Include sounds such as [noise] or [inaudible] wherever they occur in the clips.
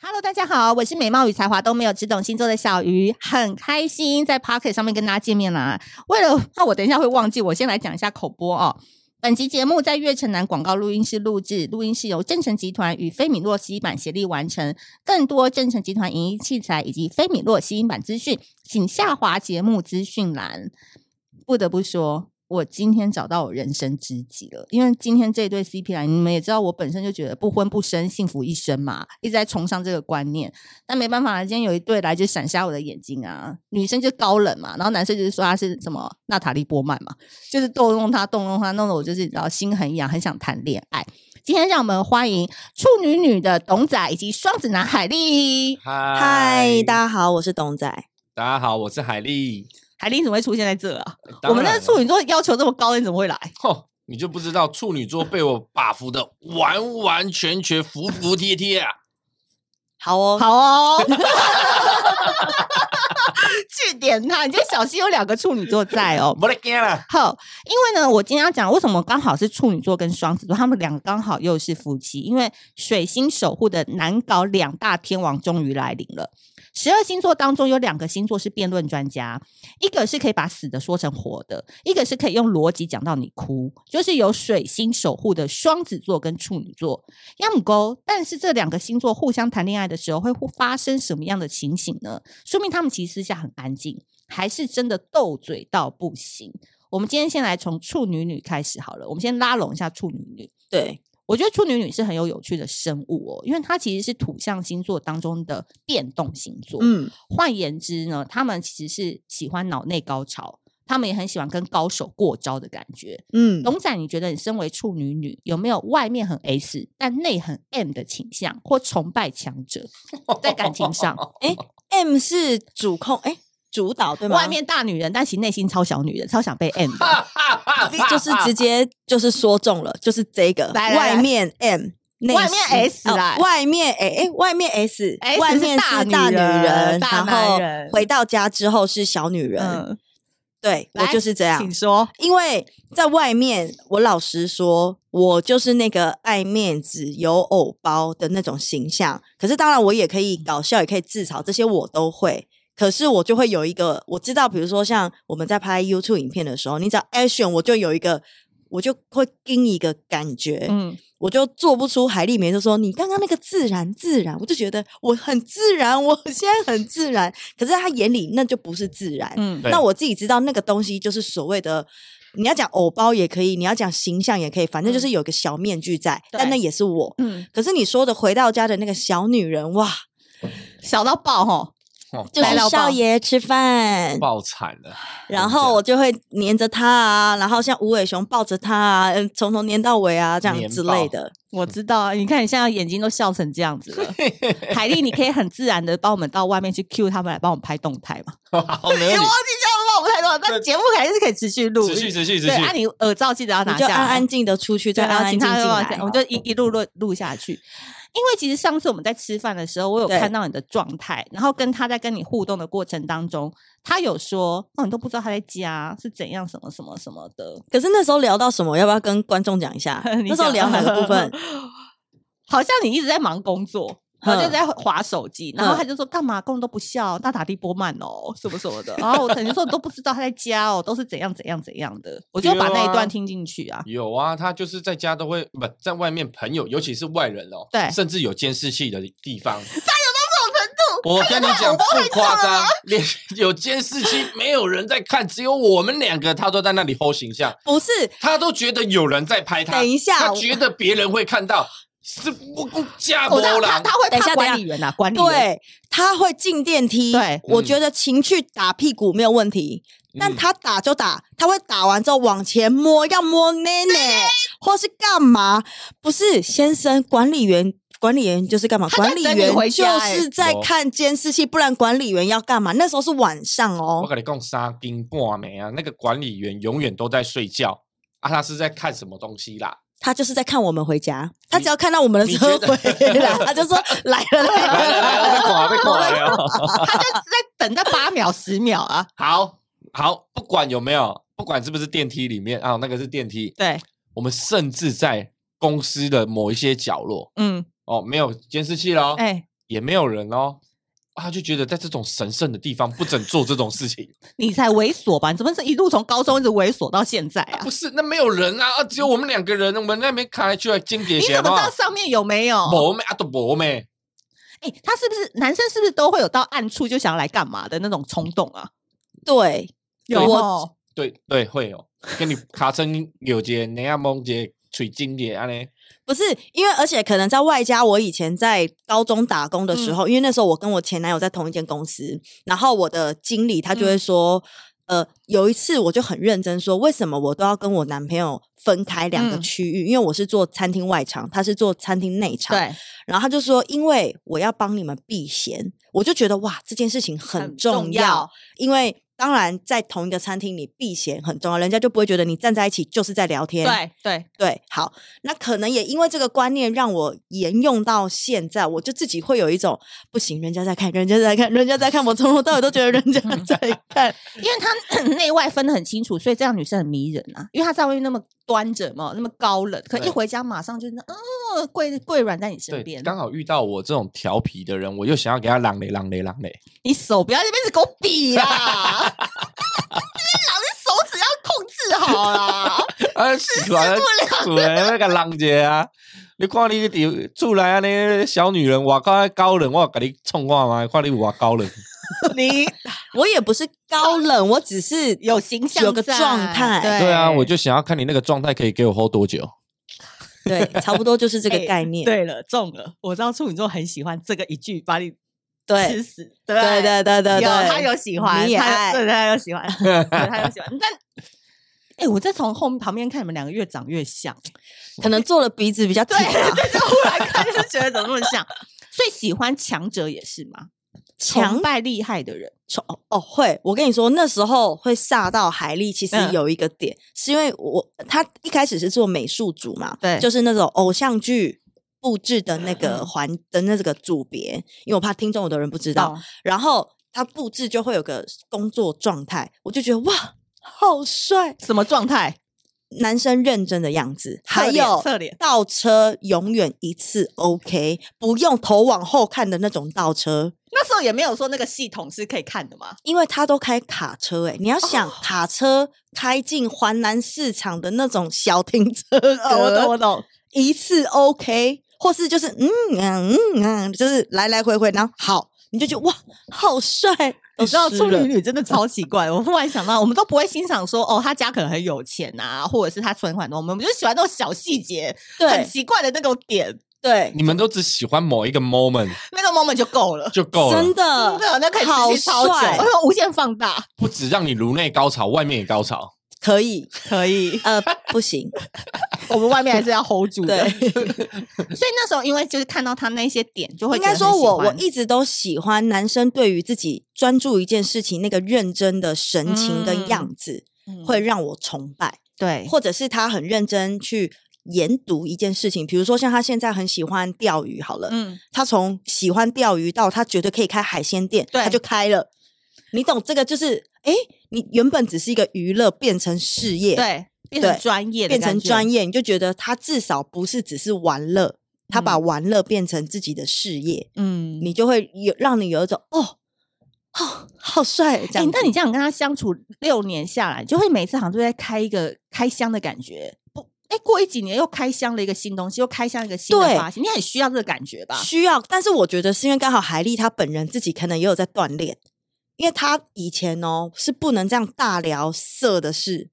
Hello，大家好，我是美貌与才华都没有，只懂星座的小鱼，很开心在 Pocket 上面跟大家见面啦、为了怕我等一下会忘记，我先来讲一下口播哦。本集节目在悦城南广告录音室录制，录音室由正成集团与菲米洛吸音版协力完成。更多正成集团影音器材以及菲米洛吸音版资讯，请下滑节目资讯栏。不得不说，我今天找到我人生知己了。因为今天这对 CP 来，你们也知道，我本身就觉得不婚不生，幸福一生嘛，一直在崇尚这个观念。但没办法，今天有一对来就闪瞎我的眼睛啊！女生就高冷嘛，然后男生就是说他是什么娜塔莉波曼嘛，就是动弄他，动弄他，弄得我就是然后心很痒，很想谈恋爱。今天让我们欢迎处女女的董仔以及双子男海丽。嗨嗨，，大家好，我是董仔。大家好，我是海丽。海丽怎么会出现在这啊？当我们然那了处女座要求这么高，你怎么会来？吼，你就不知道处女座被我把服的完完全全服服帖帖啊！好哦，好 [laughs] 哦，据点他，你今天小溪有两个处女座在哦。没得干了，好，因为呢，我今天要讲为什么刚好是处女座跟双子座，他们两个刚好又是夫妻，因为水星守护的南搞两大天王终于来临了。十二星座当中有两个星座是辩论专家，一个是可以把死的说成活的，一个是可以用逻辑讲到你哭，就是有水星守护的双子座跟处女座。要么勾，但是这两个星座互相谈恋爱的时候会互发生什么样的情形呢？说明他们其实私下很安静，还是真的斗嘴到不行？我们今天先来从处女女开始好了，我们先拉拢一下处女女。对，我觉得处女女是很有有趣的生物哦，因为它其实是土象星座当中的变动星座。嗯，换言之呢，他们其实是喜欢脑内高潮，他们也很喜欢跟高手过招的感觉。嗯，董仔，你觉得你身为处女女，有没有外面很 S 但内很 M 的倾向，或崇拜强 [laughs] 者在感情上？ M 是主控，哎、主导 [laughs] 对吗？外面大女人，但其实内心超小女人，超想被 [laughs] M 的。就是 [laughs] 直接就是说中了，就是这个。来来来外面 M，内外面 S 哦来外面哎哎、外面 S，, S 外是面大是女大女人人，大男然后人回到家之后是小女人。嗯，啊对啊我来就是这样请，说。因为在外面，我老实说，我就是那个爱面子、有偶包的那种形象。可是当然，我也可以搞笑，也可以自嘲，这些我都会。可是我就会有一个，我知道，比如说像我们在拍 YouTube 影片的时候，你只要 action，我就有一个，我就会跟一个感觉，嗯，我就做不出海丽梅就说你刚刚那个自然自然，我就觉得我很自然，我现在很自然。可是他眼里那就不是自然，嗯对那我自己知道那个东西就是所谓的，你要讲偶包也可以，你要讲形象也可以，反正就是有个小面具在，对但那也是我。嗯，可是你说的回到家的那个小女人，哇，小到爆吼，就白是老少包爷吃饭，哦爆惨了。 [laughs] 然后我就会黏着她啊，然后像无尾熊抱着她啊，嗯从头黏到尾啊，这样黏之爆类的。我知道啊，你看你现在眼睛都笑成这样子了。海丽，你可以很自然的帮我们到外面去 Q 他们来帮我们拍动态嘛？好哎没有 [laughs] 因为你，记叫我们拍动态，但节目还是可以持续录持续持续持对，啊，续，你耳罩记得要你拿就下来安哦安。静的出去，对，再然安后安请静静他来来，哦。我们就一一路录录下去。因为其实上次我们在吃饭的时候，我有对看到你的状态，然后跟他在跟你互动的过程当中，他有说，哦，你都不知道他在家是怎样，什么什么什么的。？可是那时候聊到什么？要不要跟观众讲一下你那时讲候聊哪个部分？好像你一直在忙工作，然后就嗯在划手机，然后嗯他就说干嘛，根本都不笑，大打地波曼哦，什么什么的。然后我肯定说你都不知道他在家哦，都是怎样怎样怎样的，我就把那一对啊段听进去啊。有啊，他就是在家都会不在外面，朋友尤其是外人哦，对甚至有监视器的地方，他有到这种程度。我跟你讲他有到不夸张，连 [laughs] 有监视器，没有人在看，只有我们两个，他都在那里吼形象，不是，他都觉得有人在拍他，等一下他我觉得别人会看到，是不不架我波知道他啦他。会等一怕下管等一理员呐，啊管理员。对，他会进电梯。对我嗯觉得情绪打屁股没有问题，但嗯他打就打，他会打完之后往前摸，要摸奶奶或是干嘛？不是，先生，管理员。管理员就是干嘛？他在管理等你员回就家欸是在我看监视器，不然管理员要干嘛？那时候是晚上我哦，跟你讲，沙丁挂没啊？那个管理员永远都在睡觉啊，他是在看什么东 [laughs] 西啦？他就是在看我们回家，他你只要看到我们你车觉得回来，[laughs] 他就说来 [laughs] 了来了来来来，被垮被垮了。他就在等那八秒十秒 [laughs] 啊。好好，不管有没有，不管是不是电梯里面啊，那个是电梯，对，我们甚至在公司的某一些角落嗯，哦，没有监视器喽，哎、也没有人哦。啊，他就觉得在这种神圣的地方不准做这种事情，你才猥琐吧？你怎么是一路从高中一直猥琐到现在啊不？是那没有人啊，啊只有我们两个人，我们那边看来就来间谍你鞋怎么知嘛道，上面有没有？博妹啊都博妹，哎、他是不是男生？是不是都会有到暗处就想要来干嘛的那种冲动啊？对，有我哦，对对会有跟你卡成有节，你阿蒙节吹间谍啊嘞，不是因为，而且可能在外加我以前在高中打工的时嗯候，因为那时候我跟我前男友在同一间公司，然后我的经理他嗯就会说，呃，有一次我就很认真说，为什么我都要跟我男朋友分开两个嗯区域？因为我是做餐厅外场，他是做餐厅内场，对，然后他就说，因为我要帮你们避嫌，我就觉得哇，这件事情很很重要，重要因为当然在同一个餐厅里避嫌很重要，人家就不会觉得你站在一起就是在聊天。对对，对，好，那可能也因为这个观念让我沿用到现在，我就自己会有一种不行，人家在看，人家在看，人家在看，我从头到尾都觉得人 [laughs] 家在看。因为他 [coughs] 内外分得很清楚，所以这样女生很迷人啊。因为她在外面那么端着嘛，那么高冷，可对一回家马上就那哦，跪跪软在你身对，边。刚好遇到我这种调皮的人，我又想要给他朗嘞朗嘞朗 [laughs] 嘞，你手不要在那边一直给我比啊！ [laughs] 那边老是手指要控制好 [laughs] 啦，啊，喜欢主人那个浪姐啊，你看你有出来啊，那小女人，我靠高冷，我给你冲话嘛，看你我 [laughs] 高冷，你我也不是高冷，我只是有形象在，有个状态哎对啊，我就想要看你那个状态可以给我 hold 多久。对，差不多就是这个哎概念。对了，中了！我知道处女座很喜欢这个一句，把你吃对 [laughs] 死。对对对对对对，有他有喜欢，你也他有爱对他有喜 [laughs] 欢，对他有喜欢。但哎，我在从后面旁边看你们两个越长越像，可能做了鼻子比较挺对，啊，对，就忽然看就觉得怎么那么像。所以喜欢强者也是吗？强崇拜厉害的人，冲哦，会，我跟你说，那时候会煞到海丽，其实嗯有一个点，是因为我他一开始是做美术组嘛，对嗯就是那种偶像剧布置的那个环、的那个组别，因为我怕听众有的人不知道，懂然后他布置就会有个工作状态，我就觉得哇，好帅，什么状态？男生认真的样子，还侧脸有侧脸，倒车永远一次 OK，不用头往后看的那种倒车，那时候也没有说那个系统是可以看的嘛。因为他都开卡车、欸，你要哦想、卡车开进环南市场的那种小停 [laughs] 车格，哦呃懂，一次 OK，或是就是嗯嗯嗯嗯，就是来来回回，然后好，你就觉得哇，好帅， [laughs] 你知道都湿处了女女真的超奇 [laughs] 怪，我忽然想到，我们都不会欣赏说哦，他家可能很有钱啊，或者是他存款多，我们我们就喜欢那种小细节，很对奇怪的那种点，对，你们都只喜欢某一 [laughs] 个 moment 那个 moment 就够了。就 [laughs] 够了，真的真的，那可以好持续超久，帅哎，呦无限放大，不止让你颅内高潮，外面也高潮。可以，可以。呃，[laughs] 不行，我们外面还是要 hold 住的。对所，以那时候，因为就是看到他那些点，就会应该觉得很说我喜我欢一直都喜欢男生对于自己专注一件事情那个认真的神情跟嗯样子，嗯会让我崇拜。对或者是他很认真去研读一件事情，比如说像他现在很喜欢钓鱼，好了，嗯，他从喜欢钓鱼到他觉得可以开海鲜店，对他就开了。你懂这个就是，哎，你原本只是一个娱乐，变成事业，，对，变成对专业的变感觉，成专业，你就觉得他至少不是只是玩乐，他把玩乐变成自己的事业，嗯，你就会有让你有一种哦。哦，好帅！这哎、样子、那你这样跟他相处六年下来，就会每次好像都在开一个开箱的感觉。不，哎、过一几年又开箱了一个新东西，又开箱一个新的对发现，你很需要这个感觉吧？需要，但是我觉得是因为刚好海丽她本人自己可能也有在锻炼，因为她以前哦是不能这样大聊色的事，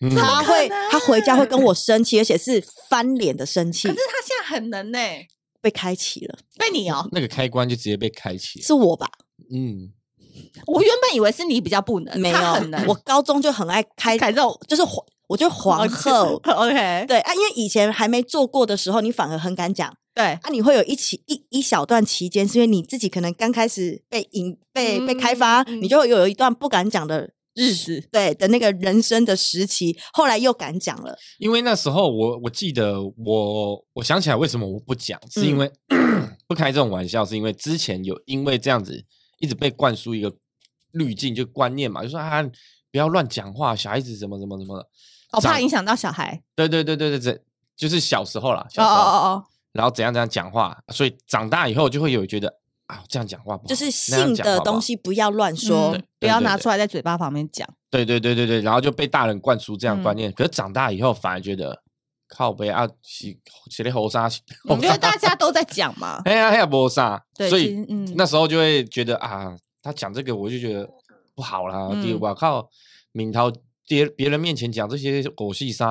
嗯她可会能她回家会跟我生气，而且是翻脸的生可气是，他现在很能呢、被开启了，被你哦、那个开关就直接被开启了。是我吧？嗯，我原本以为是你比较不能，没有他呃很能，，我高中就很爱开，凯肉就是皇，我觉得皇后。 [laughs] ，OK， [laughs] 对啊，因为以前还没做过的时候，你反而很敢讲对，啊。你会有一起一一小段期间，是因为你自己可能刚开始被引被、被开发，嗯嗯你就会有一段不敢讲的日子，对的那个人生的时期，后来又敢讲了，因为那时候我我记得我我想起来为什么我不讲，是因为、 [clears throat] 不开这种玩笑，是因为之前有因为这样子一直被灌输一个滤镜就观念嘛，就说啊不要乱讲话，小孩子怎么怎么怎么的。我怕长影响到小孩。对对对对对，这就是小时候啦，哦小时候，哦哦然后怎样怎样讲话，所以长大以后就会有觉得啊，这样讲话不好，就是那样性讲话的不好东，西不要乱说嗯。不要对对拿对出来在嘴巴旁边讲。对对对对对，然后就被大人灌输这样观嗯念，可是长大以后反而觉得靠背啊，写写的猴沙，因为大家都在讲 [laughs]，嘛哎呀哎呀磨砂，对，哦所其以实嗯，那时候就会觉得啊，他讲这个我就觉得不好啦，嗯第我靠，敏涛别别人面前讲这些狗屁塞，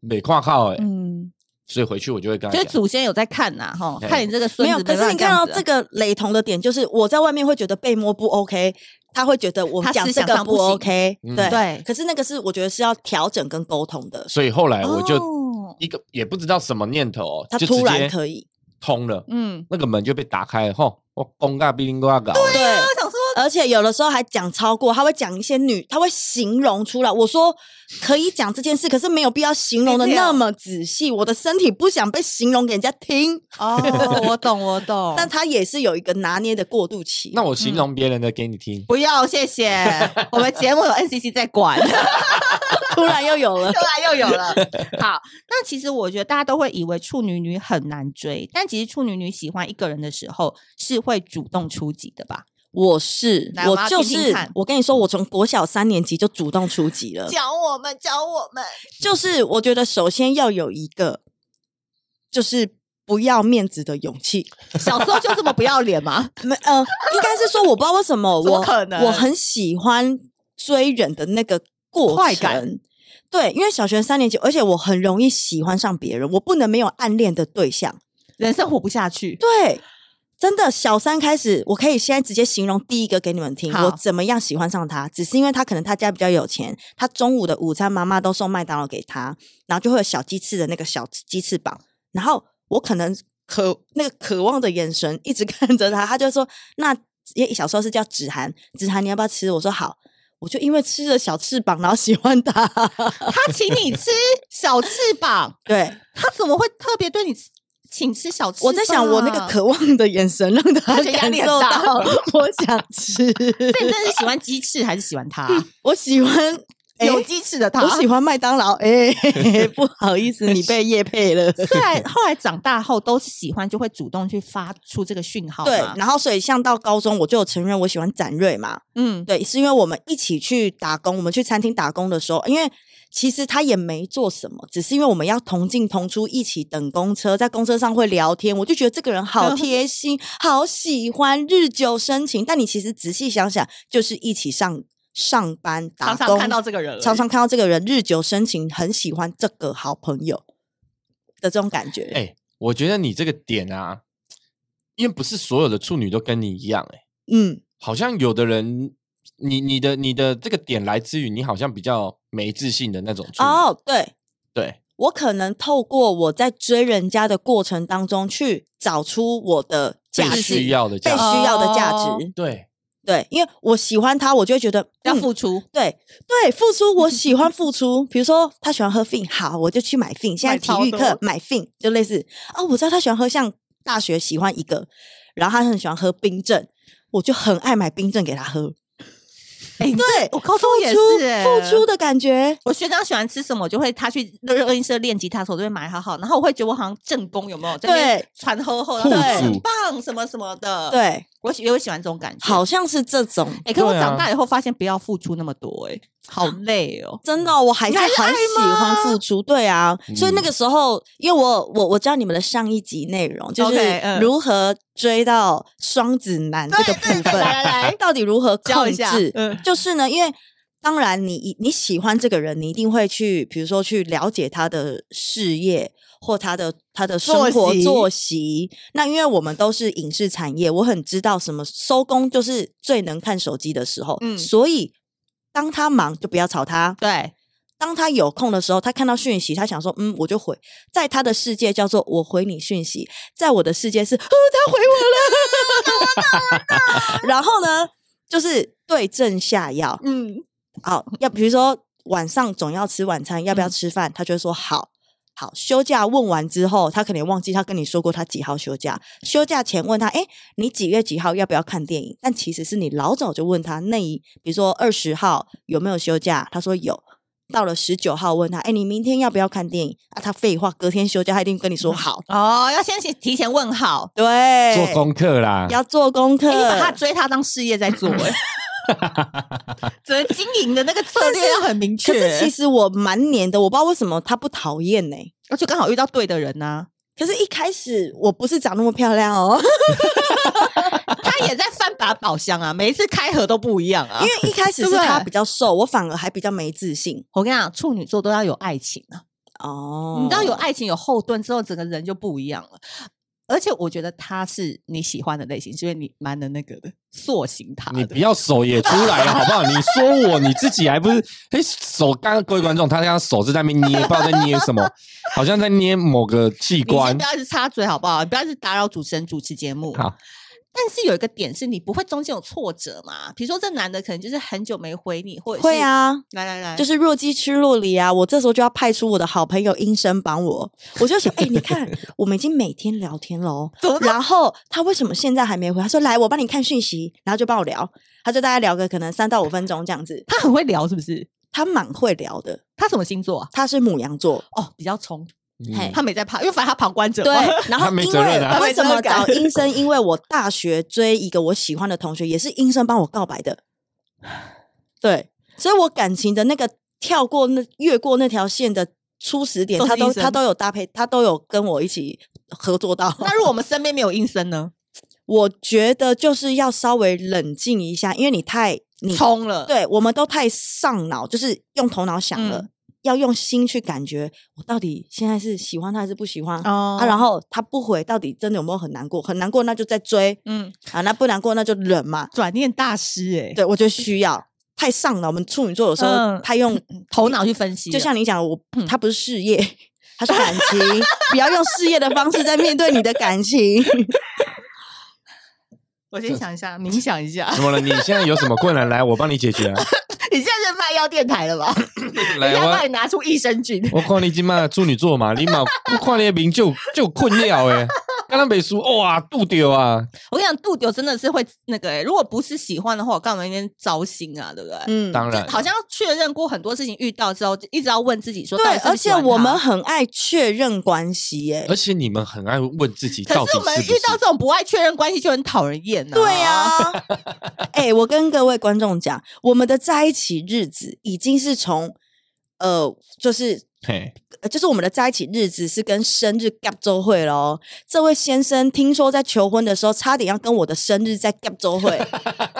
没跨靠哎，嗯，所以回去我就会跟他就是讲，祖先有在看呐，哈，对看你这个孙没子有，可是你看哦到这个，个雷同的点，就是我在外面会觉得被摸不 OK，他会觉得我他讲思这想个上不行 OK，嗯对啊对可是那个是我觉得是要调整跟沟通的，所以后来我就哦一个也不知道什么念头哦，他就突直然接可以通了，嗯，那个门就被打开了，吼，我公尬逼灵呱搞，对对。我想说，而且有的时候还讲超过，他会讲一些女，他会形容出来。我说可以讲这件事，可是没有必要形容的那么仔细。我的身体不想被形容给人家听，哦，我懂， [laughs] 我懂，但他也是有一个拿捏的过渡期。那我嗯形容别人的给你听，不要，谢谢，我们节目有 NCC 在管。，突然又有 [laughs] 又了来又有 [laughs] 了。好，那其实我觉得大家都会以为处女女很难追，但其实处女女喜欢一个人的时候是会主动出击的吧？我是来我们要我就听听是看我跟你说，我从国小三年级就主动出击了。教我们，教我们。就是我觉得首先要有一个，就是不要面子的勇气。小时候就这么不要脸吗？没呃，应该是说我不知道为什么怎么我可能我很喜欢追人的那个过程快感。对，因为小学三年级，而且我很容易喜欢上别人，我不能没有暗恋的对象。人生活不下去。对，真的，小三开始，我可以现在直接形容第一个给你们听，好我怎么样喜欢上他，只是因为他可能他家比较有钱，他中午的午餐妈妈都送麦当劳给他，然后就会有小鸡翅的那个小鸡翅膀，然后我可能渴那个渴望的眼神一直 [laughs] 看着他，他就说那也小时候是叫子涵，子涵你要不要吃？我说好。我就因为吃了小翅膀，然后喜欢 [laughs] 他。他请你吃小翅膀，对，他怎么会特别对你吃请吃小翅膀啊？我在想我那个渴望的眼神，让他而且压感力很受大到 [laughs] 我想吃。所以你真的是喜欢鸡翅还是喜欢他？我喜欢有诶鸡翅的他， [laughs] 我喜欢麦当劳。哎、 [laughs] 不好意思，你被叶配了。虽然后来长大后都是喜欢，就会主动去发出这个讯号嘛。对，然后所以像到高中，我就有承认我喜欢展瑞嘛。嗯，对，是因为我们一起去打工，我们去餐厅打工的时候，因为其实他也没做什么，只是因为我们要同进同出，一起等公车，在公车上会聊天，我就觉得这个人 [laughs] 好贴心，好喜欢，日久生情。但你其实仔细想想，就是一起上上班打常工，常看到这个人而已，常常看到这个人日久生情，很喜欢这个好朋友的这种感觉。哎、我觉得你这个点啊，因为不是所有的处女都跟你一样、哎，嗯，好像有的人，你你的你的这个点来自于你好像比较没自信的那种处女，哦，对对，我可能透过我在追人家的过程当中，去找出我的被价值，需要的被价值，需要的价值。哦对，对，因为我喜欢他，我就会觉得要嗯付出。对对，付出我 [laughs] 喜欢付出。比如说他喜欢喝 fin，好，我就去买 fin。现在买体超育课多买 fin 就类似哦，我知道他喜欢喝，像大学喜欢一个，然后他很喜欢喝冰镇，我就很爱买冰镇给他喝。 [laughs] 哎、你对，我高中也付是、欸、出付出。的感觉。我学长喜欢吃什么，我就会他去热热音社练吉他的时候，我都会买好好，然后我会觉得我好像正宫有没有？在那边对传呵呵，互然后助很棒什么什么的。，对，我喜也会喜欢这种感觉。好，像是这种，呃哎、可是我对啊长大以后发现不要付出那么多、哎，好累 [laughs] 哦。真的哦、我还是你还是很喜欢付出。对啊，所以那嗯个时候，因为我我我知道你们的上一集内容就是 OK，嗯如何追到双子男这个部分，来 [laughs] 来来到底如何教控一下制？嗯就是呢，因为。当然你，你你喜欢这个人，你一定会去，比如说去了解他的事业或他的他的作生活息作息。那因为我们都是影视产业，我很知道什么收工就是最能看手机的时候，嗯所以当他忙就不要吵他，对，当他有空的时候，他看到讯息，他想说，嗯，我就回。在他的世界叫做我回你讯息，在我的世界是，哦，他回 [laughs] 我了， [laughs] 然后呢，就是对症下药。嗯，好，要比如说晚上总要吃晚餐，要不要嗯吃饭？他就会说好。好，休假问完之后，他可能也忘记他跟你说过他几号休假。休假前问他，哎，你几月几号要不要看电影？但其实是你老早就问他那一，比如说二十号有没有休假，他说有。到了十九号问他，哎、你明天要不要看电影啊？他废话，隔天休假，他一定跟你说好。哦，要先提提前问好。对，做功课啦，要做功课，哎、你把他追他当事业在做、 [laughs] 哎，整个经营的那个策略要很明确。可是其实我蛮黏的，我不知道为什么他不讨厌呢、我就刚好遇到对的人呐、可是，一开始我不是长那么漂亮哦， [laughs] 他也在翻把宝箱啊，每一次开盒都不一样啊。因为一开始对不是对他比较瘦，我反而还比较没自信我跟你讲，处女座都要有爱情啊，哦。你知道有爱情有后盾之后，整个人就不一样了。而且我觉得他是你喜欢的类型，是因为你蛮能那个的塑形他你的不。要手也出来了，好不好？你说我你自己还不是？哎，手刚刚各位观众，他刚刚手是在那边捏，不知道在捏什么，好像在捏某个器你先官不。要一直插嘴好不好？你不要一直打扰主持人主持节目。好，但是有一个点是你不会中间有挫折嘛？比如说这男的可能就是很久没回你，或者是会，啊，来来来，就是弱鸡吃弱梨啊！我这时候就要派出我的好朋友医生帮我，我就说：“哎、你看，我们已经每天聊天喽怎么。然后他为什么现在还没回？他说：‘来，我帮你看讯息。’然后就帮我聊，他就大概聊个可能三到五分钟这样子。他很会聊，是不是？他蛮会聊的，他什么星座啊？他是母羊座，哦，比较冲，嗯嘿他没在怕，因为反正他旁观者对嘛。。 [laughs] 然后他没因责任为啊为什他么没责任找感医生？因为我大学追一个我喜欢的同学，也是医生帮我告白的。对，所以我感情的那个跳过那越过那条线的初始点，都是他都医生他都有搭配，他都有跟我一起合作到。 [laughs] 那如果我们身边没有应声呢？我觉得就是要稍微冷静一下，因为你太你冲了，，对，我们都太上脑，就是用头脑想了。嗯要用心去感觉，我到底现在是喜欢他还是不喜欢？哦啊，然后他不回，到底真的有没有很难过？很难过，那就再追嗯，啊；那不难过，那就忍嘛。转念大师、欸，哎，对，我觉得需要太上了。我们处女座有时候嗯太用，头脑去分析了，就像你讲，我嗯他不是事业，他是感情，不要用事业的方式在面对你的感情。我先想一下，冥想一下， [laughs] 怎么了？你现在有什么困难？来，我帮你解决啊。你现在是卖药电台了吧？人 [laughs] 来，家帮哎 [laughs] 我你拿出益生菌，我看你今嘛处女座嘛，你嘛我看你的名就就困了诶。刚刚北叔哇，杜丢啊，我跟你讲，杜丢真的是会那个、欸，如果不是喜欢的话，我干嘛那边糟心啊？对不对？嗯，当然好像确认过很多事情，遇到之后就一直要问自己说，到底，对是而不是喜且欢他我们很爱确认关系耶、而且你们很爱问自己可到底是我们是不遇到是这种不爱确认关系就很讨人厌呐、对啊，哎、我跟各位观众讲，我们的在一起日子已经是从呃，就是嘿，呃就是我们的在一起日子是跟生日 gap 周会喽。这位先生听说在求婚的时候，差点要跟我的生日在 gap 周 [laughs] 会，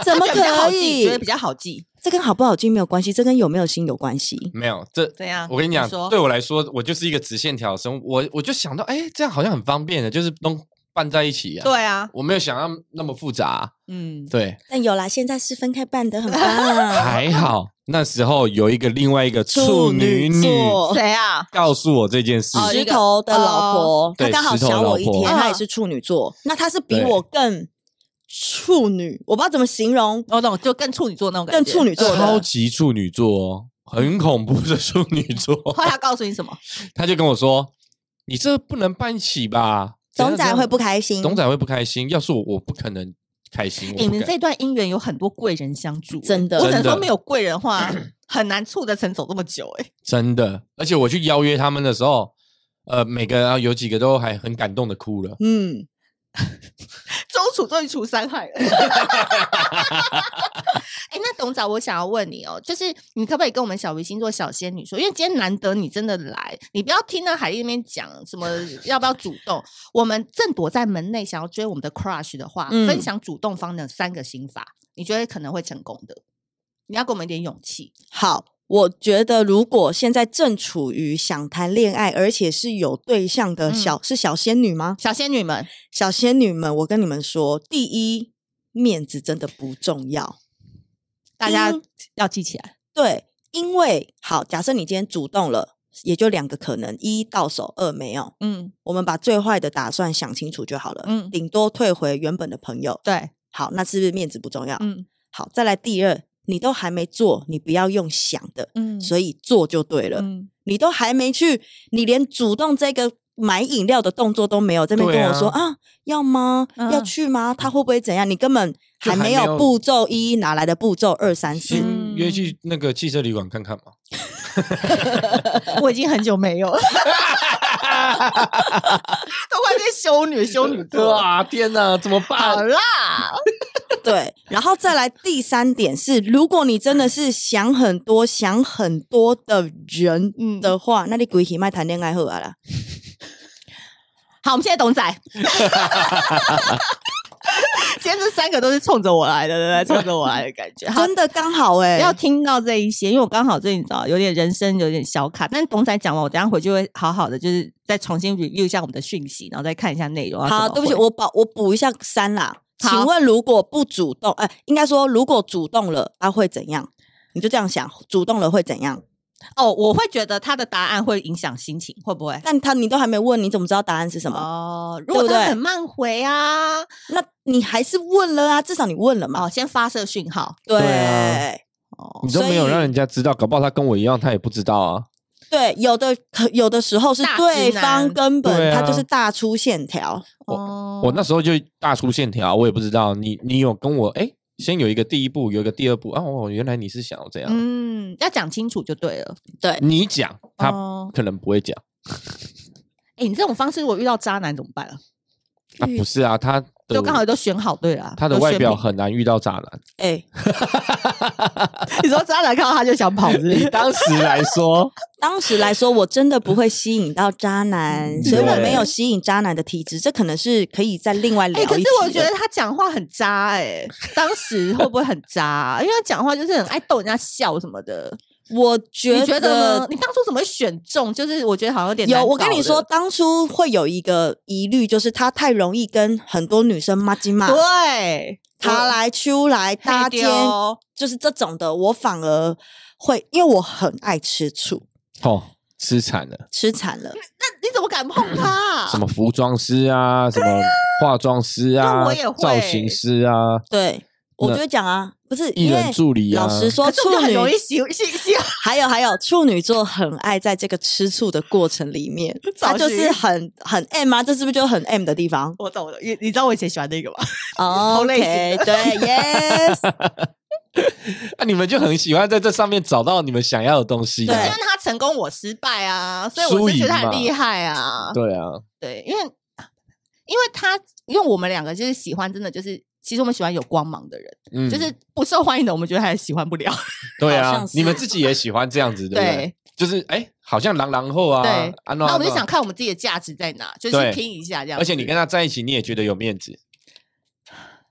怎么而且比较好可记觉得以比？较好记，这跟好不好听没有关系，这跟有没有心有关系。没有这怎样？我跟你讲，啊说对我来说，我就是一个直线条的生活。我我就想到，哎，这样好像很方便的，就是都拌在一起呀、对啊，我没有想到那么复杂、嗯，对，但有啦，现在是分开办的，很 [laughs] 棒。啊嗯还好那时候有一个另外一个处女处女女座谁啊？告诉我这件事，哦石头的老婆，她对刚好石头的小老我一婆天，啊她也是处女座，那她是比对我更处女，我不知道怎么形容，我懂，就更处女座那种感更觉，处女座的超级处女座哦，很恐怖的处女座。 [laughs] 后来他告诉你什么？他就跟我说：“你这不能办起吧？”董仔会不开开心。董仔会不开心。要是我，我不可能开心。我哎你不们敢这段姻缘有很多贵人相助，真的我只能真的说没有贵人的话，很难处得成走这么久、欸。哎，真的，而且我去邀约他们的时候，呃，每个人有几个都还很感动的哭了。嗯，周楚终于除三害了。 [laughs] 哎、那董早，我想要问你哦，就是你可不可以跟我们小鱼星座小仙女说，因为今天难得你真的来，你不要听到海丽那边讲 [laughs] 什么要不要主动。我们正躲在门内，想要追我们的 crush 的话，嗯分享主动方的三个心法，你觉得可能会成功的？你要给我们一点勇气。好，我觉得如果现在正处于想谈恋爱，而且是有对象的嗯小、是小仙女吗？小仙女们，小仙女们，我跟你们说，第一，面子真的不重要。大家嗯要记起来。对，因为好，假设你今天主动了，也就两个可能：一到手，二没有。嗯，我们把最坏的打算想清楚就好了。嗯嗯，顶多退回原本的朋友。对，好，那是不是面子不重要？嗯好，再来第二，你都还没做，你不要用想的，嗯所以做就对了。嗯，你都还没去，你连主动这个买饮料的动作都没有，这边对跟啊我说啊要吗、嗯要去吗？他会不会怎样？你根本就还还没没有有步骤一，哪来的步骤二三四？嗯先约去那个汽车旅馆看看嘛。我已经很久没有了，都快变修女修女啊座了。哇， [laughs] 天哪，怎么好办？啦，对，然后再来第三点是，如果你真的是想很多、想很多的人嗯的话，那你鬼起卖谈恋爱好啊啦。好，我们现在董 [laughs] 仔，今天这三个都是冲着我来的，对不对？冲着我来的感觉，好真的刚好哎、不要欸，听到这一些，因为我刚好最近你知道有点人生有点小卡，但是董仔讲完，我等一下回去会好好的，就是再重新 review 一下我们的讯息，然后再看一下内容。好，要啊怎么对不起，回我保我补一下三啦。好请问，如果不主动，哎、应该说如果主动了，他、会怎样？你就这样想，主动了会怎样？哦，我会觉得他的答案会影响心情，会不会？但他你都还没问，你怎么知道答案是什么？哦，如果对不他对很慢回啊，那你还是问了啊，至少你问了嘛。哦，先发射讯号。对对啊哦你，都没有所以让人家知道，搞不好他跟我一样，他也不知道啊。对，有的可有的时候是大直对男方根对本啊他就是大出 [laughs] 线条，我哦我那时候就大出线条，我也不知道你你有跟我哎、先有一个第一步，有一个第二步啊，哦，原来你是想要这样，嗯，要讲清楚就对了。对，你讲他哦，可能不会讲哎、你这种方式如果遇到渣男怎么办啊？啊，不是啊，他的就刚好都选好对了啊，他的都外选表品，很难遇到渣男。哎、 [laughs] 你说渣男看到他就想跑是不是 [laughs] [laughs] 以当时来说，当时来说，我真的不会吸引到渣男，嗯所以我没有吸引渣男的体质，这可能是可以再另外聊哎、一、可是啊我觉得，他讲话很渣哎、当时会不会很渣啊、因为他讲话就是很爱逗人家笑什么的。我觉你得觉得呢？你当初怎么会选中？就是我觉得好像有点有，难我跟搞你的说，，当初会有一个疑虑，就是他太容易跟很多女生骂鸡骂，对，他来出来搭嘿肩对，哦就是这种的，我反而会，因为我很爱吃醋， [laughs] 哦，吃惨了，吃惨 [laughs] 了。你怎么敢碰他啊、 [laughs] 什么服装师啊，什么化妆师啊那我也，会造型师啊，对，我那就会讲啊，不是艺因为人助理啊，老实说，可是我处就很女容易喜喜喜还有还有，处女座很爱在这个吃醋的过程里 [laughs] 面，找他就寻是很很 M 啊，这是不是就很 M 的地方？我懂了，你你知道我以前喜欢那个吗？哦、同类 k 对，Yes， [laughs] 那、啊你们就很喜欢在这上面找到你们想要的东西、啊因对为他成功，我失败啊，所以我是觉得他很厉害啊。对啊，对，因为因为他因为我们两个就是喜欢，真的就是其实我们喜欢有光芒的人，嗯，就是不受欢迎的，我们觉得还喜欢不了。对好啊像，是你们自己也喜欢这样子，对不对？对就是哎、好像狼狼后啊，对啊然后我们就，啊想看我们自己的价值在哪，就对是拼一下这啊样子。而且你跟他在一起，你也觉得有面子，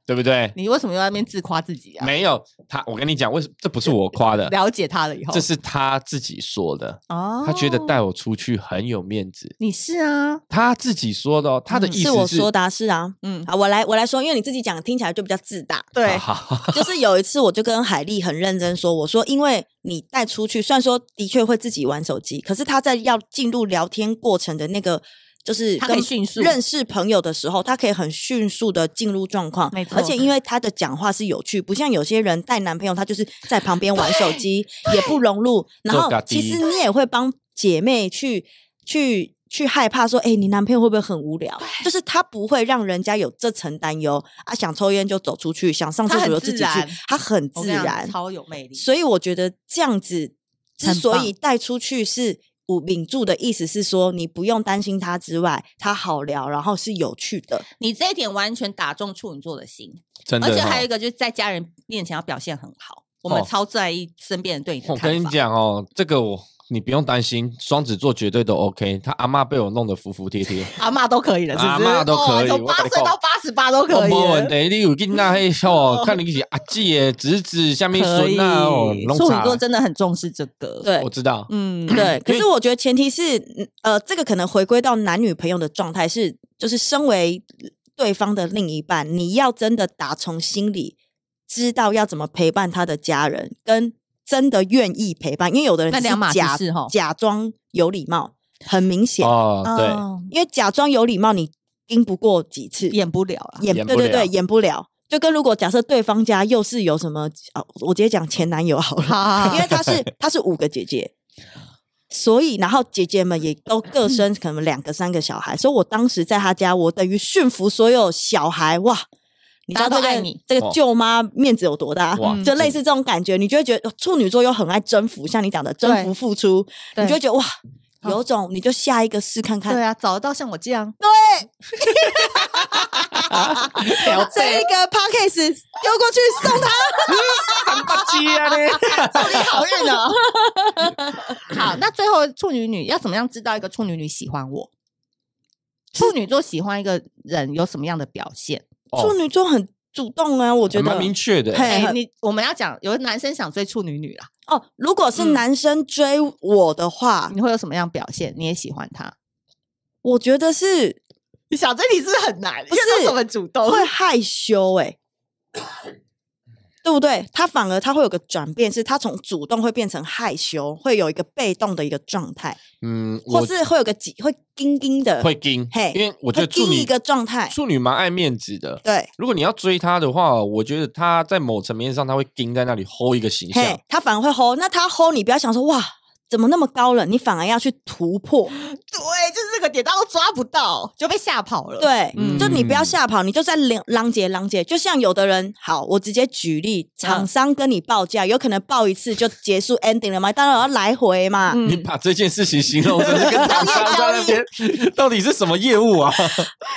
对不对？你为什么又在那边自夸自己啊？没有他，我跟你讲，为什这不是我夸的，了解他了以后，这是他自己说的，哦，他觉得带我出去很有面子，你是啊，他自己说的哦，他的嗯意是思我说的、啊，是啊。嗯，好，我来我来说，因为你自己讲听起来就比较自大。对，好好 [laughs] 好就是有一次，我就跟海丽很认真说，我说因为你带出去，虽然说的确会自己玩手机，可是他在要进入聊天过程的那个。就是他可以跟迅速认识朋友的时候，他可以很迅速的进入状况没，错而且因为他的讲话是有趣，不像有些人带男朋友，他就是在旁边玩手机，也不融入。然后做家己其实你也会帮姐妹去去去害怕说，哎、你男朋友会不会很无聊？就是他不会让人家有这层担忧啊，想抽烟就走出去，想上厕他所很就自己自然去，他很我自跟你讲然。超有魅力。所以我觉得这样子之很所棒以带出去是。五秉住的意思是说，你不用担心他之外，他好聊，然后是有趣的。你这一点完全打中处女座的心，真的、哦。而且还有一个就是在家人面前要表现很好，我们哦超在意身边人对你的我看法。跟你讲哦，这个我你不用担心，双子座绝对都 OK。他阿嬷被我弄得服服 [laughs] 帖帖，阿嬷都可以了，是不是？阿嬷都可以哦从八我跟你岁讲到八十八都可以哦我没问了。题。你有囡仔嘿吼，哦看你是阿姐的侄子下面可以孙啊，哦，弄处差女座真的很重视这个。，对我知道，嗯，对，可因是我觉得前提是，嗯呃，这个可能回归到男女朋友的状态是，就是身为对方的另一半，你要真的打从心里知道要怎么陪伴他的家人，跟真的愿意陪伴，因为有的人那只两码是子假事吼假装有礼貌，很明嗯显，哦，哦因为假装有礼貌你盯不过几次，演不了啊。演演对不对对了演不了。就跟如果假设对方家又是有什么，哦，我直接讲前男友好了，好，因为 [laughs] 她是她是五个姐姐，所以然后姐姐们也都各嗯生可能两个三个小孩，所以我当时在她家，我等于驯服所有小孩哇。你知大家道这都爱个你这个舅妈面子有多大？哇嗯就类似这种感觉，你就会觉得处女座又很爱征服，像你讲的征服付出，你对就会觉得哇，好有种你就下一个试看看对。啊，找得到像我这样，屌 [laughs] 这一个 podcast 丢过去送他，三八鸡啊嘞！ [laughs] 好运哦。 [laughs] 好，那最后处女女要怎么样知道一个处女女喜欢我？处女座喜欢一个人有什么样的表现？处女座很主动啊，我觉哦蛮得明确的，嘿哎、很你我们要讲，有的男生想追处女女啦，哦。如果是嗯男生追我的话，嗯你会有什么样表现？你也喜欢他？我觉得是你想这题是不是啊很难？不是因为都很主动会害羞哎、对不对？他反而他会有个转变，是他从主动会变成害羞，会有一个被动的一个状态，嗯，或我是会有个紧会盯盯的，会盯嘿，因为我觉得会处盯女一个状态。处女蛮爱面子的。对，如果你要追她的话，我觉得她在某层面上，她会盯在那里 hold 一个形象嘿，，他反而会吼。那他吼你，不要想说哇，怎么那么高冷，你反而要去突破。对，就是这个点，大家都抓不到，就被吓跑了。，对，嗯就你不要吓跑，你就在浪浪姐浪姐。就像有的人，好，我直接举嗯例，厂商跟你报价，有可能报一次就结束 ending 了嘛，当然要来回嘛。 [laughs] 你嗯，把这件事情形容成是跟厂商在那边到底是什么业务啊？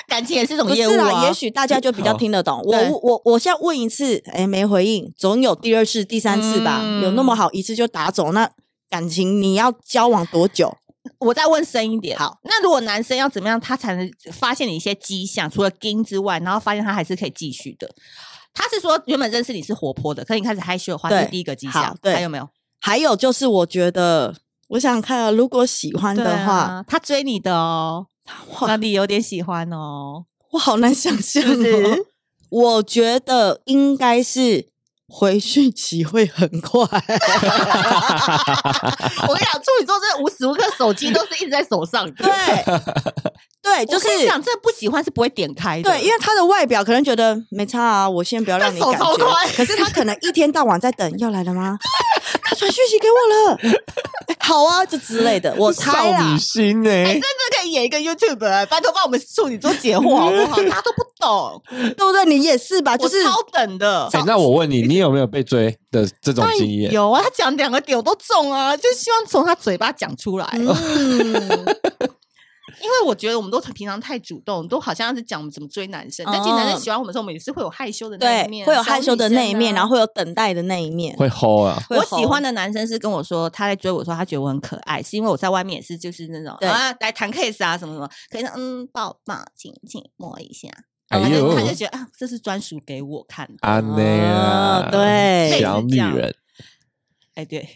感情也是一种不是业务啦啊。也许大家就比较听得懂。我对我我我现在问一次，哎，没回应，总有第二次、第三次吧。嗯有那么好一次就打走，那感情你要交往多久？我再问深一点，好，那如果男生要怎么样，他才能发现你一些迹象？除了盯之外，然后发现他还是可以继续的。他是说原本认识你是活泼的，可是你开始害羞的话，对这是第一个迹象好。对还有没有？还有就是，我觉得，我想想看啊，如果喜欢对的啊话，他追你的 [laughs] 哦，哇那你有点喜欢哦。我好难想象、哦，是不是我觉得应该是回讯息会很快， [laughs] 我跟你讲，处女座真的无时无刻手机都是一直在手上的。 [laughs] 对，对，就就是是讲这不喜欢是不会点开的，对，因为他的外表可能觉得没差啊，我先不要让你但手感超觉快，可是他可能一天到晚在等，要来了吗？他传讯息给我了，哎好啊，就之类的， [laughs] 我猜少啦女，心呢、哎、真的可以演一个 YouTube，欸拜托帮我们处女座解惑好不好？大家都不懂，对不对？你也是嗯啊吧？就我是超等的。哎那我问你，你有没有被追的这种但经验？有啊，他讲两个点我都中啊，就希望从他嘴巴讲出来。嗯，因为我觉得我们都平常太主动，都好像是讲我们怎么追男生，但其实男生喜欢我们的时候，我们也是会有害羞的那嗯对一面，，会有害羞的那一面，然后后。会有等待的那一面，会 hold 啊？啊我喜欢的的男生是跟我说，他在追我的时候，他觉得我很可爱，是因为我在外面也是就是那种对啊来谈 case 啊什么什么，可以说嗯抱抱亲亲摸一下，哎他就呦他，就觉得啊这是专属给我看的，安内啊，哦对小女人，哎 [laughs] 对，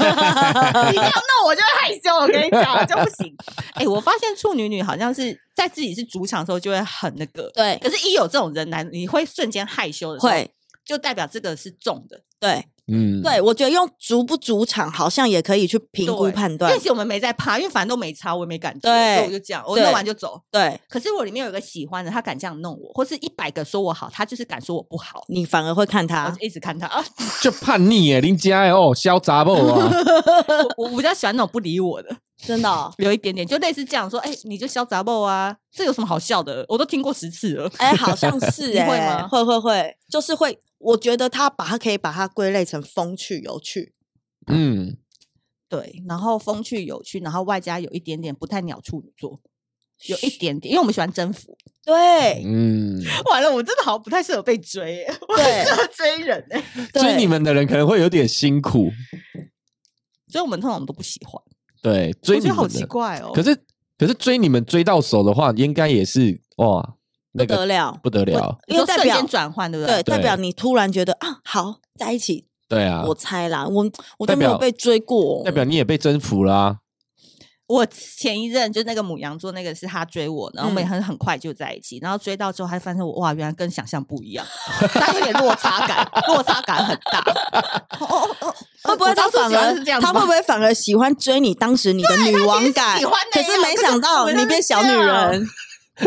你这样弄我就会害羞，我跟你讲就不行。 [laughs] 哎，我发现处女女好像是在自己是主场的时候就会很那个，对可是，一有这种人来，你会瞬间害羞的，会，就代表这个是重的。对。嗯，对，我觉得用主不主场好像也可以去评估对判但断其。实我们没在怕，因为反正都没差，我也没敢做，对所以我就这样，我对弄完就走。对可是我里面有一个喜欢的，他敢这样弄我，或是一百个说我好，他就是敢说我不好，你反而会看我他就，一直看他啊。就叛逆耶，林家耶哦，潇洒不啊？ [laughs] 我我比较喜欢那种不理我的，真的哦、有一点点，就类似这样说，哎、你就潇洒不啊，这有什么好笑的？我都听过十次了。哎、好像 [laughs] 是你哎、会吗会会会，就是会。我觉得他把它可以把它归类成风趣有趣，嗯，对，然后风趣有趣，然后外加有一点点不太鸟处女座，有一点点，因为我们喜欢征服。对嗯，完了，我真的好像不太适合被追 [laughs] 耶、我对合追人哎、对追你们的人可能会有点辛苦，所以我们通常都不喜欢，对，我追你觉得们好奇的。怪哦。可是可是追你们追到手的话，应该也是哇，那不得个了，不得了，你因为说代瞬表间转换，对不对对？代表对你突然觉得啊好在一起，对啊，我猜啦，我我都代没有表被追过代，表你也被征服啦、我前一任就是那个母羊座，那个是他追我，然后我们也很很快就在一起，然后追到之后，他发现我哇，原来跟想象不一样，他有点落差感，落差感很 [laughs] 大。哦哦哦，会不会我当他初反喜欢而是这样子他吗？会不会反而喜欢追你当时你的女王他感其实喜欢？可那是样没可是想到我你就变是小这女样啊人，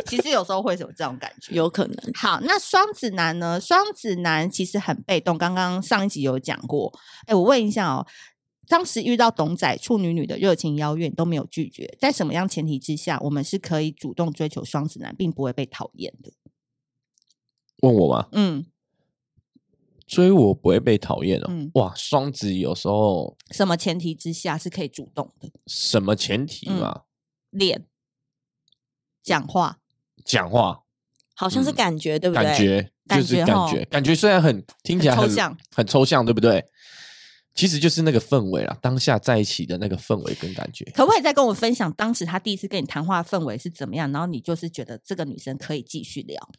其实有时候会有这种感觉，有可能好，那双子男呢？双子男其实很被动，刚刚上一集有讲过。哎，我问一下哦，当时遇到董仔处女女的热情邀约，你都没有拒绝，在什么样前提之下，我们是可以主动追求双子男，并不会被讨厌的？问我吗？嗯，追我不会被讨厌哦。嗯哇，双子有时候什么前提之下是可以主动的？什么前提嗯嘛？脸、讲话，讲话好像是嗯感觉，对不对？感觉就感是觉感吼觉，感觉虽然很听起来很很抽象，很抽象，对不对？其实就是那个氛围啦，当下在一起的那个氛围跟感觉。可不可以再跟我分享当时他第一次跟你谈话的氛围是怎么样？然后你就是觉得这个女生可以继续聊，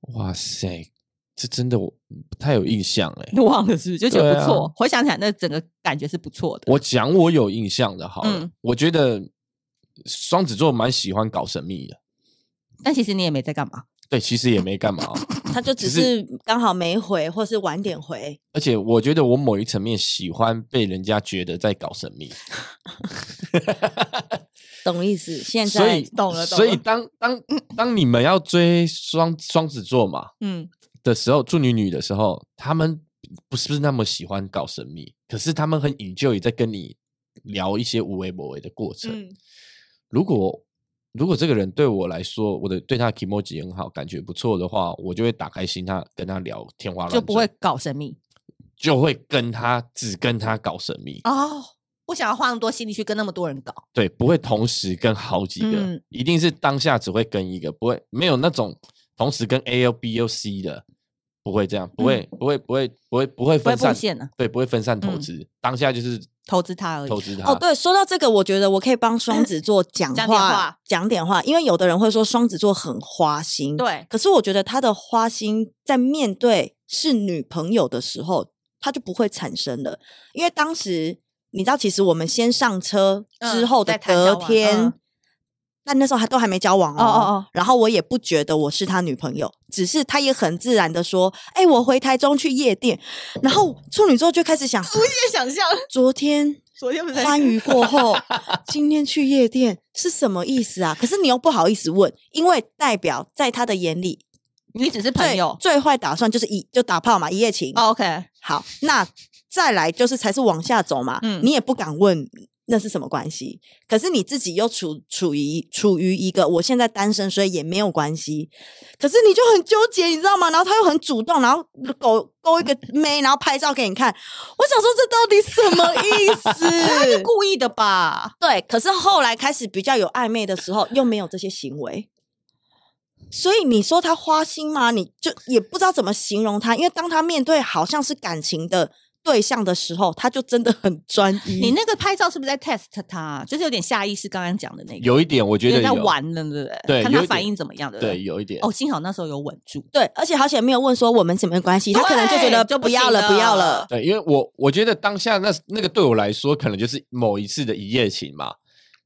[laughs] 哇塞，这真的我不太有印象哎。都忘了是不是？就觉得对不啊错，回想起来那整个感觉是不错的。我讲我有印象的，好了，嗯我觉得双子座蛮喜欢搞神秘的。但其实你也没在干嘛，对，其实也没干嘛哦、他就只只是是刚好没回，或是晚点回。而且我觉得我某一层面喜欢被人家觉得在搞神秘，懂意思？现所在以懂了懂嗯所以了当当当你们要追双双子座嘛嗯，的时候，处女女的时候，他们不是那么喜欢搞神秘，可是他们很 enjoy 在跟你聊一些无为不为的过程。嗯如果如果这个人对我来说，我的对他的 e m o j i 很好，感觉不错的话，我就会打开心他跟他聊天花乱坠，就不会搞神秘就会跟他只跟他搞神秘，哦。不想要花那么多心力去跟那么多人搞，对，不会同时跟好几个，嗯一定是当下只会跟一个，不会没有那种同时跟 A L B U C 的，不会这样，不会、不会不会不会不会嗯不会分布散，线呢、对，不会分散投嗯资，当下就是投资他而已投资他。哦，对，说到这个，我觉得我可以 [laughs] 帮双子座讲讲点话话，讲点话，因为有的人会说双子座很花心，。对，可是我觉得他的花心在面对是女朋友的时候，他就不会产生了，因为当时你知道，其实我们先上车之嗯后的再谈交隔往天。嗯但那时候还都还没交往哦，哦哦哦然后我也不觉得我是他女朋友，只是他也很自然的说：“哎、我回台中去夜店。”然后处女座就开始想，在想象昨天昨天不欢愉 [laughs] 过后，今天去夜店是什么意思啊？可是你又不好意思问，因为代表在他的眼里，你只是朋最友、最坏打算就是一就打炮嘛，一夜情。哦、，OK，好，那再来就是才是往下走嘛，嗯你也不敢问。那是什么关系？可是你自己又处处于处于一个我现在单身，所以也没有关系。可是你就很纠结，你知道吗？然后他又很主动，然后勾勾一个妹，然后拍照给你看。我想说，这到底什么意 [laughs] 思？故意的吧？对，可是后来开始比较有暧昧的时候，又没有这些行为，所以你说他花心吗？你就也不知道怎么形容他，因为当他面对好像是感情的对象的时候，他就真的很专一。你那个拍照是不是在 test 他？啊就是有点下意识，刚刚讲的那个，有一点，我觉有得点在有，玩了，对不对？对看有他一反点应怎么样，对不对，有一点。哦，幸好那时候有稳住，对，而且好险没有问说我们什么关系，他可能就觉得对就不要了，行不要了。。对，因为我我觉得当下那那个对我来说，可能就是某一次的一夜情嘛，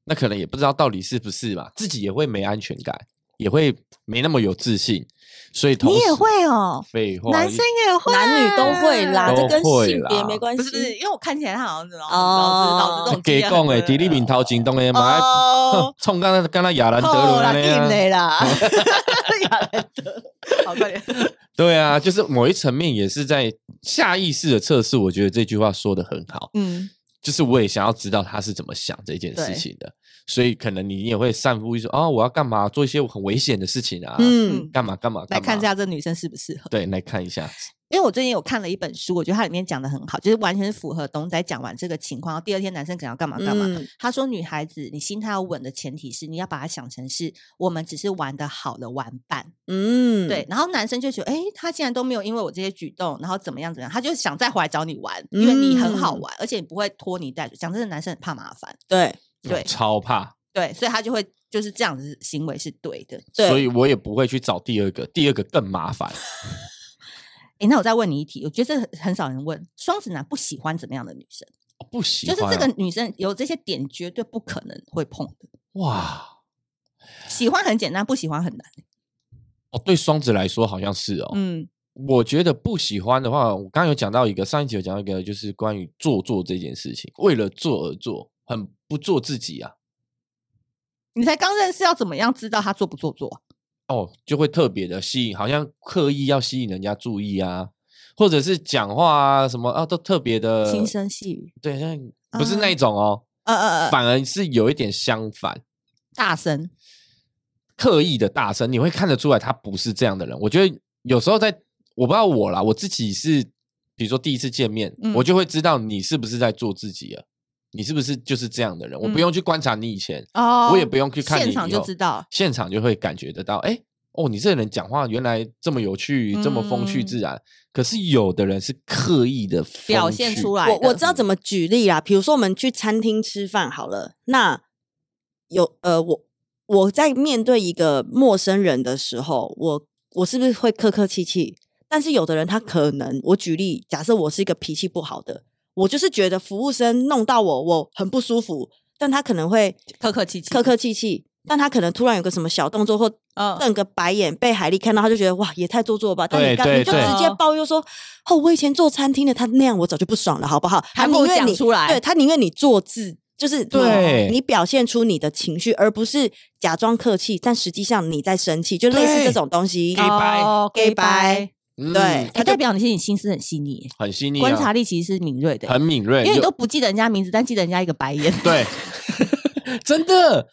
那可能也不知道到底是不是嘛，自己也会没安全感，也会没那么有自信，所以同你也时会哦，废话，男生也会，啊男女都会啦，这都跟会性别啦没关不是不是，系。因为我看起来他好像是老哦老子老子这种啊给讲诶，迪丽敏韬、京东诶，嘛，哦哼，冲刚才刚才亚兰德哦鲁啦，那啊定样，嘞啦， [laughs] 亚兰德，好快点，对啊，就是某一层面也是在下意识的测试。我觉得这句话说的很好，嗯，就是我也想要知道他是怎么想这件事对情的，所以可能你也会散布一说哦，我要干嘛，做一些很危险的事情啊，嗯，干嘛干嘛，来干嘛看一，下这女生适不适合。对，来看一下，因为我最近有看了一本书，我觉得它里面讲的很好，就是完全符合董仔讲完这个情况。第二天男生可能要干嘛干嘛，嗯他说女孩子你心态要稳的前提是你要把它想成是我们只是玩的好的玩伴，嗯，对。然后男生就觉得，哎，他竟然都没有因为我这些举动，然后怎么样怎么样，他就想再回来找你玩，因为你很好嗯玩，而且你不会拖泥带水。讲真的，男生很怕麻烦，对对超怕，对，所以他就会就是这样子行为是对的。对所以我也不会去找第二个，第二个更麻烦。哎，那我再问你一题，我觉得这很很少人问，双子男不喜欢怎么样的女生？哦不喜就欢是哦、这个女生有这些点，绝对不可能会碰的。哇喜欢很简单，不喜欢很难。哦，对双子来说好像是哦，嗯，我觉得不喜欢的话，我刚刚有讲到一个，上一集有讲到一个，就是关于做作这件事情，为了做而做，很不做自己啊。你才刚认识，要怎么样知道她做不做作啊？哦，就会特别的吸引，好像刻意要吸引人家注意啊，或者是讲话啊什么啊，都特别的轻声细语，对，像不是啊那一种哦，呃呃呃，反而是有一点相反，大声，刻意的大声，你会看得出来他不是这样的人。我觉得有时候在我不知道我啦，我自己是，比如说第一次见面，嗯我就会知道你是不是在做自己了，你是不是就是这样的人，我不用去观察你以前，嗯哦，我也不用去看你现场以就后知道，现场就会感觉得到，哎、哦，你这个人讲话原来这么有趣，这么风趣嗯自然。可是有的人是刻意的表现出来我我知道么怎么举例啦，比如说我们去餐厅吃饭好了，那有呃，我我在面对一个陌生人的时候，我我是不是会客客气气？但是有的人他可能，我举例，假设我是一个脾气不好的，我就是觉得服务生弄到我，我很不舒服，但他可能会客客气气，客客气气，但他可能突然有个什么小动作或嗯瞪个白眼，被海丽看到，他就觉得哇，也太做作吧。但对你刚对你就对直接抱怨说，哦，我以前做餐厅的，他那样我早就不爽了，好不好？还他不宁如愿讲你出来对他宁愿你做自。就是对你你表现出你的情绪，而不是假装客气，但实际上你在生气，就类似对这种东西。给白哦给白白，嗯对它代表你心里心思很细腻，很细腻、啊，观察力其实是敏锐的，很敏锐，因为你有都不记得人家名字，但记得人家一个白眼。 [laughs] 对，真的，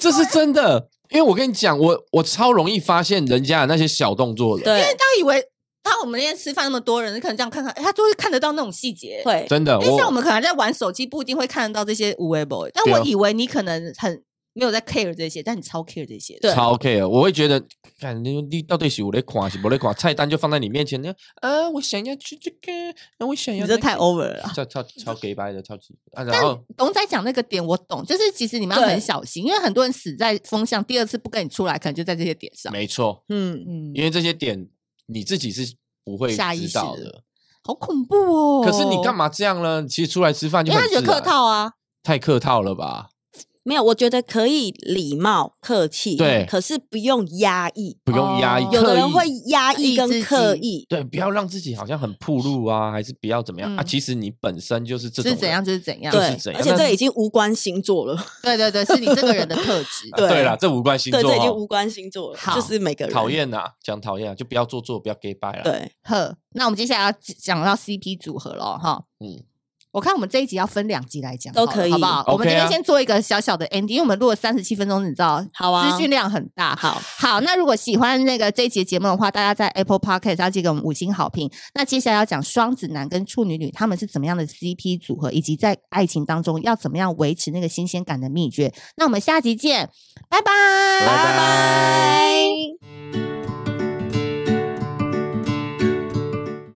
这是真的。因为我跟你讲，我我超容易发现人家的那些小动作的，对，他以为，当我们那天吃饭那么多人，你可能这样看看，哎他就会看得到那种细节。会真的，因为像我啊我们可能在玩手机，不一定会看得到这些无为 boy，但对啊我以为你可能很没有在 care 这些，但你超 care 这些。对超 care，我会觉得，看你你到底是我在垮，是我在垮，菜单就放在你面前，你就啊，我想要吃这个，啊，我想你要、这太 over 了啦。超超超给白的，超 [laughs] 级啊，然后董仔讲那个点我懂，就是其实你们要对很小心，因为很多人死在风向，第二次不跟你出来，可能就在这些点上。没错，嗯，嗯因为这些点你自己是不会下意知识道的的。好恐怖哦！可是你干？嘛这样呢？其实出来吃饭就因为很他觉得自客然，套啊，太客套了吧？没有，我觉得可以礼貌客气，对可是不用压抑。不用压抑，哦有的人刻意会压抑抑自跟己刻意，对，不要让自己好像很铺路啊，还是不要怎么样、啊？嗯其实你本身就是这种是人怎样就是怎样。就对是怎，样而且那这已经无关星座了。对对对，是你这个人的特质。啊 [laughs] 对对啦，这无关星 [laughs] 对，座、这已经哦无，关星座了，好就是每个人讨。厌呐，讲讨厌啊，就不要做作，不要 gay bye 啦。，对，呵，那我们接下来要讲到 CP 组合了哈。嗯，我看我们这一集要分两集来讲好都了，可以好不好？ OK 啊我们这边先做一个小小的 ending，因为我们录了三十七分钟，你知道，好啊资讯量很大。好，好，那如果喜欢那个这一集的节目的话，大家在 Apple Podcast 要记得给我们五星好评。那接下来要讲双子男跟处女女他们是怎么样的 CP 组合，以及在爱情当中要怎么样维持那个新鲜感的秘诀。那我们下集见，拜拜，拜拜。拜。